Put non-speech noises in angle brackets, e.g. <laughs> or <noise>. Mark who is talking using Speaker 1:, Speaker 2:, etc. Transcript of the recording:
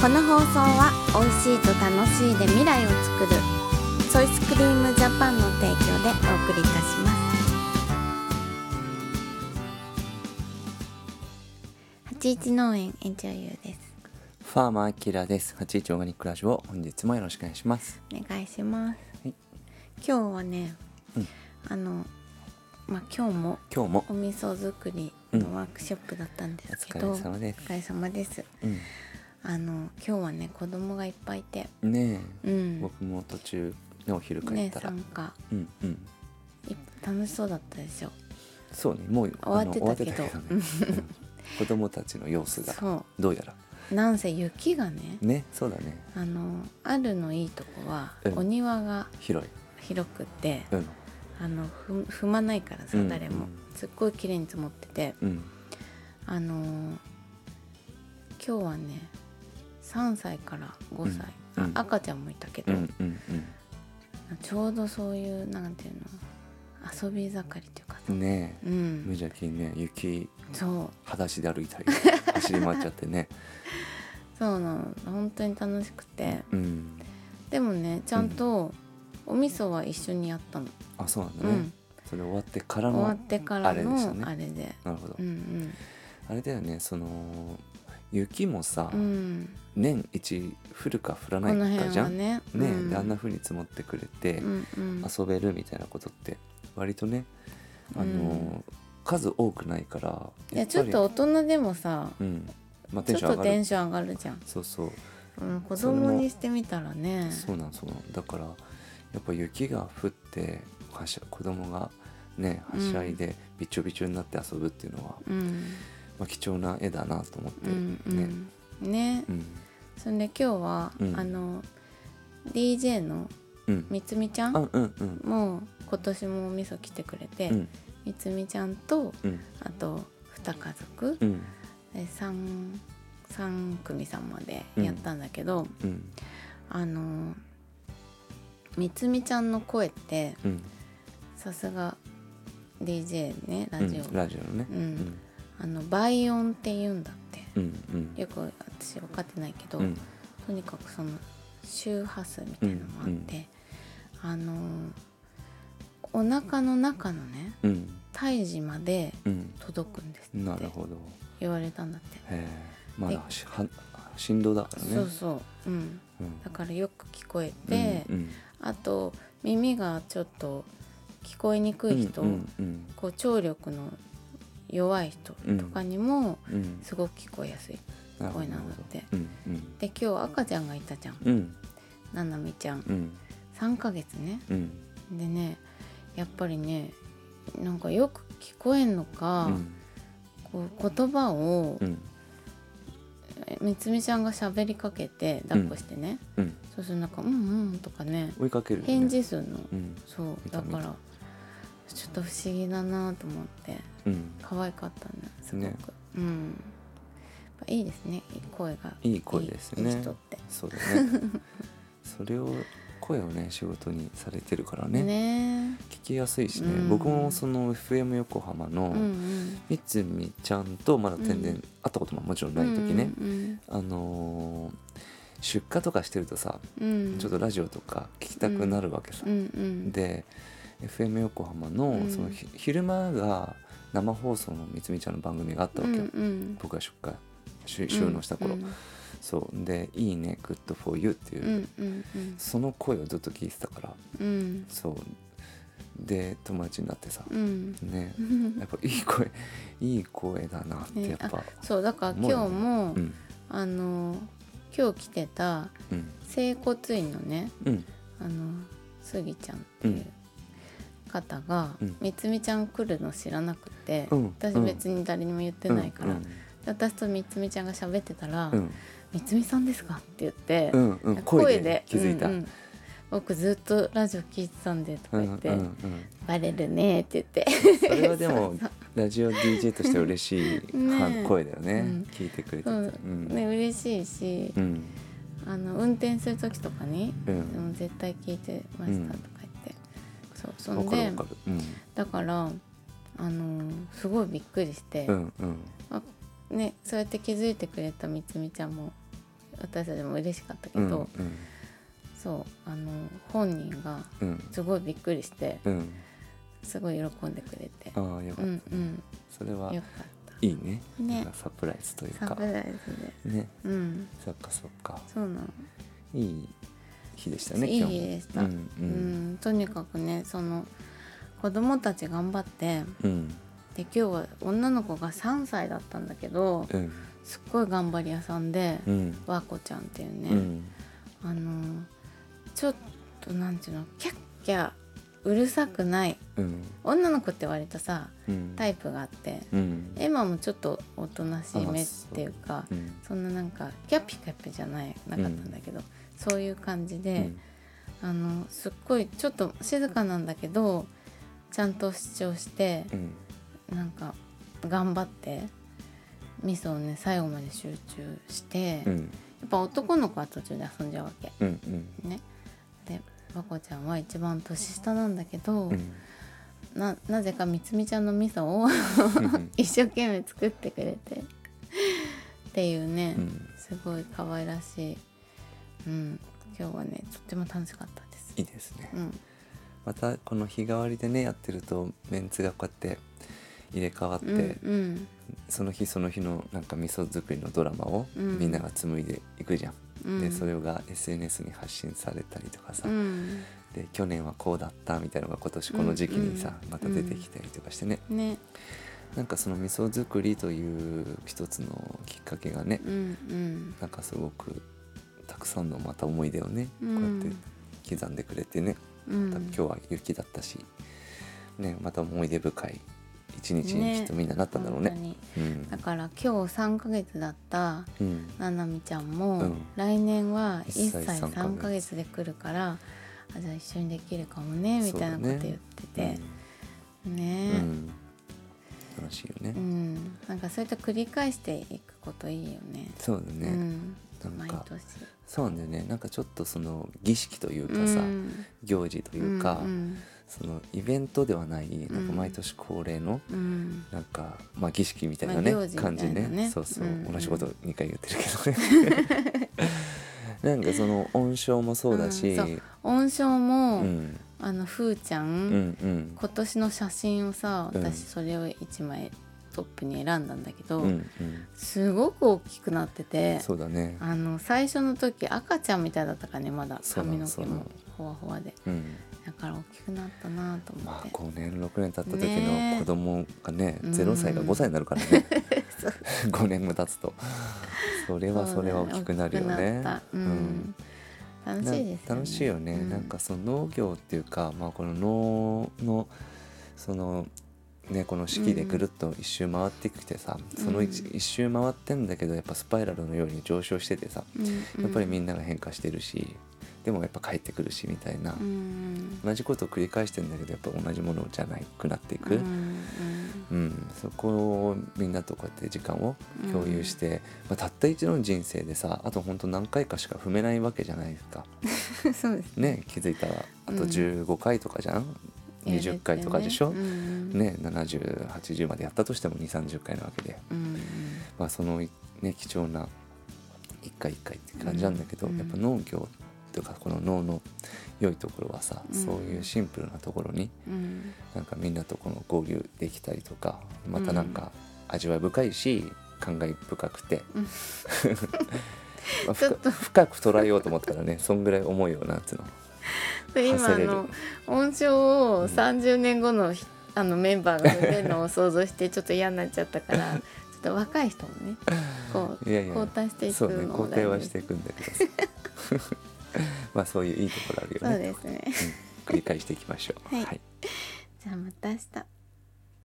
Speaker 1: この放送は美味しいと楽しいで未来を作るソイスクリームジャパンの提供でお送りいたします八一農園園長優です
Speaker 2: ファーマーアキラです81オーガニックラジオ本日もよろしくお願いします
Speaker 1: お願いします、
Speaker 2: はい
Speaker 1: 今日はね、
Speaker 2: うん
Speaker 1: あのまあ今日も
Speaker 2: 今日も
Speaker 1: お味噌作りのワークショップだったんで
Speaker 2: お
Speaker 1: すけ
Speaker 2: 疲
Speaker 1: ど、
Speaker 2: れ様です
Speaker 1: お疲れ様です
Speaker 2: う
Speaker 1: あの今日はね子供がいっぱいいて
Speaker 2: んね
Speaker 1: う
Speaker 2: え
Speaker 1: ん
Speaker 2: 僕も途中ねお昼帰っ
Speaker 1: ね
Speaker 2: たら
Speaker 1: 参加
Speaker 2: うんうん
Speaker 1: い楽しそうだったでしょ
Speaker 2: そうねもう
Speaker 1: 終わってたけど
Speaker 2: あの終わってたけどねうん子供たちの様子が
Speaker 1: そ
Speaker 2: どうやら
Speaker 1: うなんせ雪がね
Speaker 2: ねそうだね
Speaker 1: あのあるのいいとこは
Speaker 2: うん
Speaker 1: お庭が
Speaker 2: 広い
Speaker 1: 広くて
Speaker 2: うん
Speaker 1: あのふ踏まないからさ
Speaker 2: うん
Speaker 1: 誰もすっごい綺麗に積もってて
Speaker 2: うん
Speaker 1: あのー今日はね3歳から5歳、
Speaker 2: うん
Speaker 1: あ
Speaker 2: うん
Speaker 1: 赤ちゃんもいたけ
Speaker 2: う
Speaker 1: ど、
Speaker 2: んうん
Speaker 1: ちょうどそういうなんていうの遊び盛りっていうか
Speaker 2: う
Speaker 1: さ、
Speaker 2: んね
Speaker 1: う
Speaker 2: え無
Speaker 1: ん、
Speaker 2: 邪気にね雪
Speaker 1: そう
Speaker 2: 裸足で歩
Speaker 1: <laughs>
Speaker 2: いたり走り回っちゃってね
Speaker 1: そうなの本当に楽しくて
Speaker 2: うん
Speaker 1: でもねちゃんとお味噌は一緒にやったの、
Speaker 2: あそうなん
Speaker 1: う
Speaker 2: だ
Speaker 1: ん
Speaker 2: ねそれ終わってから
Speaker 1: 終わっ
Speaker 2: の
Speaker 1: てから
Speaker 2: あれでしたね
Speaker 1: のあれで
Speaker 2: なるほど
Speaker 1: うん
Speaker 2: あれだよねその雪もさ、
Speaker 1: うんうん
Speaker 2: 年一降るか降ら
Speaker 1: こ
Speaker 2: な
Speaker 1: の
Speaker 2: いか
Speaker 1: 辺
Speaker 2: じゃ
Speaker 1: は
Speaker 2: んね
Speaker 1: ね
Speaker 2: え、
Speaker 1: うん、
Speaker 2: であんな風に積もってくれて
Speaker 1: うんうん
Speaker 2: 遊べるみたいなことって割とねあの、
Speaker 1: うん
Speaker 2: 数多くないから
Speaker 1: いやちょっと大人でもさ
Speaker 2: うんまあ、テ
Speaker 1: ちょ
Speaker 2: ン
Speaker 1: っと
Speaker 2: ション上が
Speaker 1: テ
Speaker 2: る
Speaker 1: ンション上がるじゃん、
Speaker 2: そうそう、
Speaker 1: うん、子供にしてみたらね
Speaker 2: そうなんそうなんだからやっぱ雪が降ってはしゃ子供がねはしゃいでびちょびちょになって遊ぶっていうのは、
Speaker 1: うん
Speaker 2: まあ、貴重な絵だなと思って、
Speaker 1: うんう
Speaker 2: ね、
Speaker 1: んね
Speaker 2: うん
Speaker 1: そんで今日は、
Speaker 2: うん
Speaker 1: あの DJ の
Speaker 2: うん
Speaker 1: みつみちゃ
Speaker 2: あ
Speaker 1: ん
Speaker 2: うんうん
Speaker 1: も今年もお味噌来てくれて、
Speaker 2: うん
Speaker 1: みつみちゃんと
Speaker 2: うん
Speaker 1: あと2家族、
Speaker 2: うん
Speaker 1: え 3, 3組さんまでやったんだけど、
Speaker 2: うん
Speaker 1: あのみつみちゃんの声って
Speaker 2: うん
Speaker 1: さすが DJ ね
Speaker 2: う
Speaker 1: ラジオ、
Speaker 2: んラジオのね、
Speaker 1: うん
Speaker 2: うん
Speaker 1: あの倍音って言うんだって
Speaker 2: うんうん
Speaker 1: よく私分かってないけど、
Speaker 2: うん
Speaker 1: とにかくその周波数みたいなのもあって、あのお腹の中のね
Speaker 2: うん
Speaker 1: 胎児まで
Speaker 2: うん
Speaker 1: 届くんです
Speaker 2: な
Speaker 1: っ
Speaker 2: る
Speaker 1: て
Speaker 2: ほど
Speaker 1: 言われたんだって、
Speaker 2: へえまだしは振動だからね
Speaker 1: そうそううん
Speaker 2: うん
Speaker 1: だからよく聞こえて、
Speaker 2: うん
Speaker 1: あと耳がちょっと聞こえにくい人、
Speaker 2: うんうん
Speaker 1: こう聴力の弱い人とかにも
Speaker 2: うんうん
Speaker 1: すごく聞こえやすい、
Speaker 2: なるほ
Speaker 1: 声
Speaker 2: ど
Speaker 1: なんだって
Speaker 2: うん
Speaker 1: で今日赤ちゃんがいたじゃん
Speaker 2: うんうん
Speaker 1: ななみちゃん
Speaker 2: うん
Speaker 1: 3ヶ月ね
Speaker 2: うん
Speaker 1: でねやっぱりねなんかよく聞こえんのか、こう言葉を
Speaker 2: うん
Speaker 1: えみつみちゃんが喋りかけて抱っこしてね、
Speaker 2: うん
Speaker 1: そうするとなんか「うんうん」とかね
Speaker 2: 追いかけるよね
Speaker 1: 返事するの、
Speaker 2: うん
Speaker 1: そう
Speaker 2: 見た
Speaker 1: だ
Speaker 2: 見
Speaker 1: か
Speaker 2: た
Speaker 1: らちょっと不思議だなと思って
Speaker 2: うん
Speaker 1: 可愛かったねすごく、
Speaker 2: ね
Speaker 1: うんやっぱいいですねいい声が
Speaker 2: いい声ですよね
Speaker 1: いい人って
Speaker 2: そうだ
Speaker 1: <laughs>
Speaker 2: ねそれを声をね仕事にされてるからね
Speaker 1: ね
Speaker 2: 聞きやすいしね、
Speaker 1: うん
Speaker 2: 僕もその FM 横浜
Speaker 1: う
Speaker 2: の
Speaker 1: んうん
Speaker 2: みつみちゃんとまだ全然
Speaker 1: うん
Speaker 2: 会ったことももちろんない時ね、
Speaker 1: うん
Speaker 2: あのー出荷とかしてるとさ、
Speaker 1: うんうん、
Speaker 2: ちょっとラジオとか聞きたくなるわけさ、
Speaker 1: うんうん
Speaker 2: で FM 横浜の
Speaker 1: うん
Speaker 2: そのひ、昼間が生放送のみつみちゃんの番組があったわけよ、
Speaker 1: うんうん、
Speaker 2: 僕が出荷し収納した頃、
Speaker 1: うん
Speaker 2: そうで「いいねグッドフォーユーっていうう、
Speaker 1: んうんうん
Speaker 2: その声をずっと聞いてたから
Speaker 1: うん
Speaker 2: そうで友達になってさ、
Speaker 1: うん
Speaker 2: ね
Speaker 1: うん
Speaker 2: やっぱいい声いい声だなって
Speaker 1: ね
Speaker 2: やっぱ、
Speaker 1: そうだから今日
Speaker 2: 思うよね
Speaker 1: も、
Speaker 2: うん
Speaker 1: あの今日来てた
Speaker 2: うん
Speaker 1: 整骨院のね
Speaker 2: うん
Speaker 1: あのスギちゃんっていう方が、
Speaker 2: うん
Speaker 1: みつみちゃん来るの知らなくて、
Speaker 2: うん
Speaker 1: 私別に誰にも言ってないから、
Speaker 2: うん
Speaker 1: で私とみつみちゃんが喋ってたら「
Speaker 2: うん
Speaker 1: みつみさんですか?」って言って、
Speaker 2: うんうん、声で気づいた。
Speaker 1: うんうん僕ずっとラジオ聞いてたんで」とか
Speaker 2: うんう
Speaker 1: 言
Speaker 2: ん
Speaker 1: って「
Speaker 2: うん
Speaker 1: バレるね」って言って。
Speaker 2: それはでも
Speaker 1: <laughs> そう
Speaker 2: ラジオ DJ として嬉しい
Speaker 1: ね
Speaker 2: は声だよね
Speaker 1: うん
Speaker 2: 聞いてくれてて、
Speaker 1: そううんね嬉しいし、
Speaker 2: うん
Speaker 1: あの運転する時とかに
Speaker 2: う
Speaker 1: 「で
Speaker 2: ん
Speaker 1: も絶対聞いてました」とか言って、そうそん
Speaker 2: わかる
Speaker 1: で
Speaker 2: わかるうん
Speaker 1: だからあのーすごいびっくりして
Speaker 2: う、んうん
Speaker 1: あねそうやって気づいてくれたみつみちゃんも私たちも嬉しかったけ
Speaker 2: う
Speaker 1: ど、
Speaker 2: んうん
Speaker 1: そうあの本人が
Speaker 2: うん
Speaker 1: すごいびっくりして
Speaker 2: うん
Speaker 1: すごい喜んでくれて
Speaker 2: ああよか
Speaker 1: う
Speaker 2: った、
Speaker 1: ん
Speaker 2: ね
Speaker 1: うん
Speaker 2: それはい
Speaker 1: よかっ
Speaker 2: いいね
Speaker 1: ね
Speaker 2: なんかサプライズという
Speaker 1: たサ
Speaker 2: か
Speaker 1: プライズで
Speaker 2: ね
Speaker 1: うん
Speaker 2: そっかそっか
Speaker 1: そうなの
Speaker 2: いい日でしたね
Speaker 1: いい
Speaker 2: 今日
Speaker 1: 日
Speaker 2: も
Speaker 1: でした
Speaker 2: うん
Speaker 1: うん、とにかくねその子供たち頑張って
Speaker 2: うんうん
Speaker 1: で今日は女の子が3歳だったんだけど
Speaker 2: うん
Speaker 1: すっごい頑張り屋さんで、
Speaker 2: うん
Speaker 1: 和子ちゃんっていうね、
Speaker 2: うん
Speaker 1: あのちょっとなんていうのキャッキャうるさくない
Speaker 2: うん
Speaker 1: 女の子って割とさ
Speaker 2: うん
Speaker 1: タイプがあって
Speaker 2: うん
Speaker 1: エマもちょっとおとなしい目っていうか
Speaker 2: うん
Speaker 1: そんななんかキャピキャピじゃないなかったんだけど、そういう感じ
Speaker 2: う
Speaker 1: で、
Speaker 2: ん
Speaker 1: あのすっごいちょっと静かなんだけどちゃんと主張して
Speaker 2: うん
Speaker 1: なんか頑張ってミスをね最後まで集中して、
Speaker 2: う
Speaker 1: や
Speaker 2: ん
Speaker 1: っぱ男の子は途中で遊んじゃうわけ。
Speaker 2: うんうん
Speaker 1: ね、で和子ちゃんは一番年下なんだけど、
Speaker 2: うん
Speaker 1: ななぜかみつみちゃんの味噌を <laughs>
Speaker 2: うん
Speaker 1: 一生懸命作ってくれてっていうね、
Speaker 2: うん
Speaker 1: すごい可愛らしい、うん、今日はねとっても楽しかったです。
Speaker 2: いいですね
Speaker 1: うん、
Speaker 2: またこの日替わりでねやってるとメンツがこうやって入れ替わって、
Speaker 1: うんうん
Speaker 2: その日その日のなんか味噌作りのドラマを
Speaker 1: うん
Speaker 2: みんなが紡いでいくじゃん、
Speaker 1: うん、
Speaker 2: でそれが SNS に発信されたりとかさ、
Speaker 1: うん、
Speaker 2: で去年はこうだったみたいなのが今年この時期にさ、
Speaker 1: うん
Speaker 2: また出てきたりとかしてね、
Speaker 1: ね、
Speaker 2: なんかその味噌作りという一つのきっかけがね、
Speaker 1: うん
Speaker 2: なんかすごくたくさんのまた思い出をね、
Speaker 1: うん
Speaker 2: こうやって刻んでくれてね、
Speaker 1: うん、うん、
Speaker 2: また今日は雪だったし、ね、また思い出深い一日にきっとみんななったんだろうね。
Speaker 1: 本当に
Speaker 2: うん
Speaker 1: だから今日三ヶ月だった
Speaker 2: うん
Speaker 1: ななみちゃんも、
Speaker 2: うん
Speaker 1: 来年は1歳
Speaker 2: 1歳
Speaker 1: 3
Speaker 2: 3
Speaker 1: ヶ
Speaker 2: ヶ
Speaker 1: 月で来るからあじゃあ一緒にできるかもねみたいなこと言っててね
Speaker 2: うん
Speaker 1: え
Speaker 2: うん楽しいよね、
Speaker 1: うん、なんかそういった繰り返していくこといいよね
Speaker 2: そうだね、
Speaker 1: うん、
Speaker 2: なん
Speaker 1: 毎
Speaker 2: か
Speaker 1: 年
Speaker 2: そうなんだよねなんかちょっとその儀式というかさ、
Speaker 1: うん
Speaker 2: 行事というか、
Speaker 1: うん
Speaker 2: そのイベントではないなんか
Speaker 1: うん
Speaker 2: 毎年恒例の
Speaker 1: うん
Speaker 2: なんか、まあ、儀式みたいなね,、
Speaker 1: まあ行事みたい
Speaker 2: 感
Speaker 1: な
Speaker 2: じね
Speaker 1: ね
Speaker 2: そうそう、
Speaker 1: うんうん
Speaker 2: 同じこと2回言ってるけど
Speaker 1: <laughs>
Speaker 2: ねなんかその音章もそうだし、
Speaker 1: うんそう音章も、
Speaker 2: うん
Speaker 1: あのふーちゃん、
Speaker 2: うんうん
Speaker 1: 今年の写真をさ
Speaker 2: うん
Speaker 1: 私それを1枚トップに選んだんだけど、
Speaker 2: うんうん
Speaker 1: すごく大きくなってて
Speaker 2: そうだね
Speaker 1: あの最初の時赤ちゃんみたいだったからねまだ
Speaker 2: そうな
Speaker 1: 髪
Speaker 2: の
Speaker 1: の毛
Speaker 2: そうな
Speaker 1: も
Speaker 2: の
Speaker 1: ほわほわで
Speaker 2: うん
Speaker 1: だから大きくなったなと思
Speaker 2: ま
Speaker 1: っ
Speaker 2: あ
Speaker 1: て、
Speaker 2: 5年6年経った時
Speaker 1: ね
Speaker 2: の子供がね
Speaker 1: うん
Speaker 2: 0歳が5歳になるからね
Speaker 1: <laughs>
Speaker 2: <laughs> 5年も経つとそれはそれは大きくなるよ
Speaker 1: そうだ
Speaker 2: ね
Speaker 1: 大きくなったうん、楽しいですよね
Speaker 2: な楽しいよね、
Speaker 1: うん
Speaker 2: なんかその農業っていうか、まあ、この農のそのねこの四季でぐるっと一周回ってきてさ、その一
Speaker 1: うん
Speaker 2: 一周回ってんだけどやっぱスパイラルのように上昇しててさ
Speaker 1: うん
Speaker 2: やっぱりみんなが変化してるしでもやっぱ帰ってくるしみたいな、
Speaker 1: うんうん
Speaker 2: 同じことを繰り返してんだけどやっぱ同じものじゃなくなっていく。
Speaker 1: うんうん
Speaker 2: うん、そこをみんなとこうやって時間を共有して、まあ、たった一度の人生でさあとほんと何回かしか踏めないわけじゃないですか。 <laughs>
Speaker 1: そうです
Speaker 2: ね気づいたらあ
Speaker 1: う
Speaker 2: と
Speaker 1: ん
Speaker 2: 15回とかじゃん、20回とかでしょ、
Speaker 1: やれてねうん
Speaker 2: ね7080までやったとしても2 3 0回なわけで、
Speaker 1: うん
Speaker 2: まあ、その、ね、貴重な一回一回って感じなんだけど、
Speaker 1: うん
Speaker 2: やっぱ農業とかこの脳の良いところはさ、
Speaker 1: うん
Speaker 2: そういうシンプルなところに
Speaker 1: うん
Speaker 2: なんかみんなとこの合流できたりとかまたなんか味わい深いし感慨深くて、
Speaker 1: うん
Speaker 2: <laughs> まあ
Speaker 1: ちょっと
Speaker 2: 深深く捉えようと思ったらねそんぐらい重いよなっつうの。
Speaker 1: で今あ
Speaker 2: れる
Speaker 1: の音章を30年後の,、あのメンバーが出るのを想像してちょっと嫌になっちゃったから
Speaker 2: <laughs>
Speaker 1: ちょっと若い人もねこう
Speaker 2: いやいや
Speaker 1: 交代していく
Speaker 2: そうね
Speaker 1: のも
Speaker 2: 交
Speaker 1: 大
Speaker 2: 代
Speaker 1: 事
Speaker 2: は
Speaker 1: で
Speaker 2: し
Speaker 1: す
Speaker 2: ていくんだけどさ <laughs> まあそういういいところある
Speaker 1: そう
Speaker 2: よね
Speaker 1: ですね
Speaker 2: 繰り返していきましょう
Speaker 1: はいじゃあまた明日。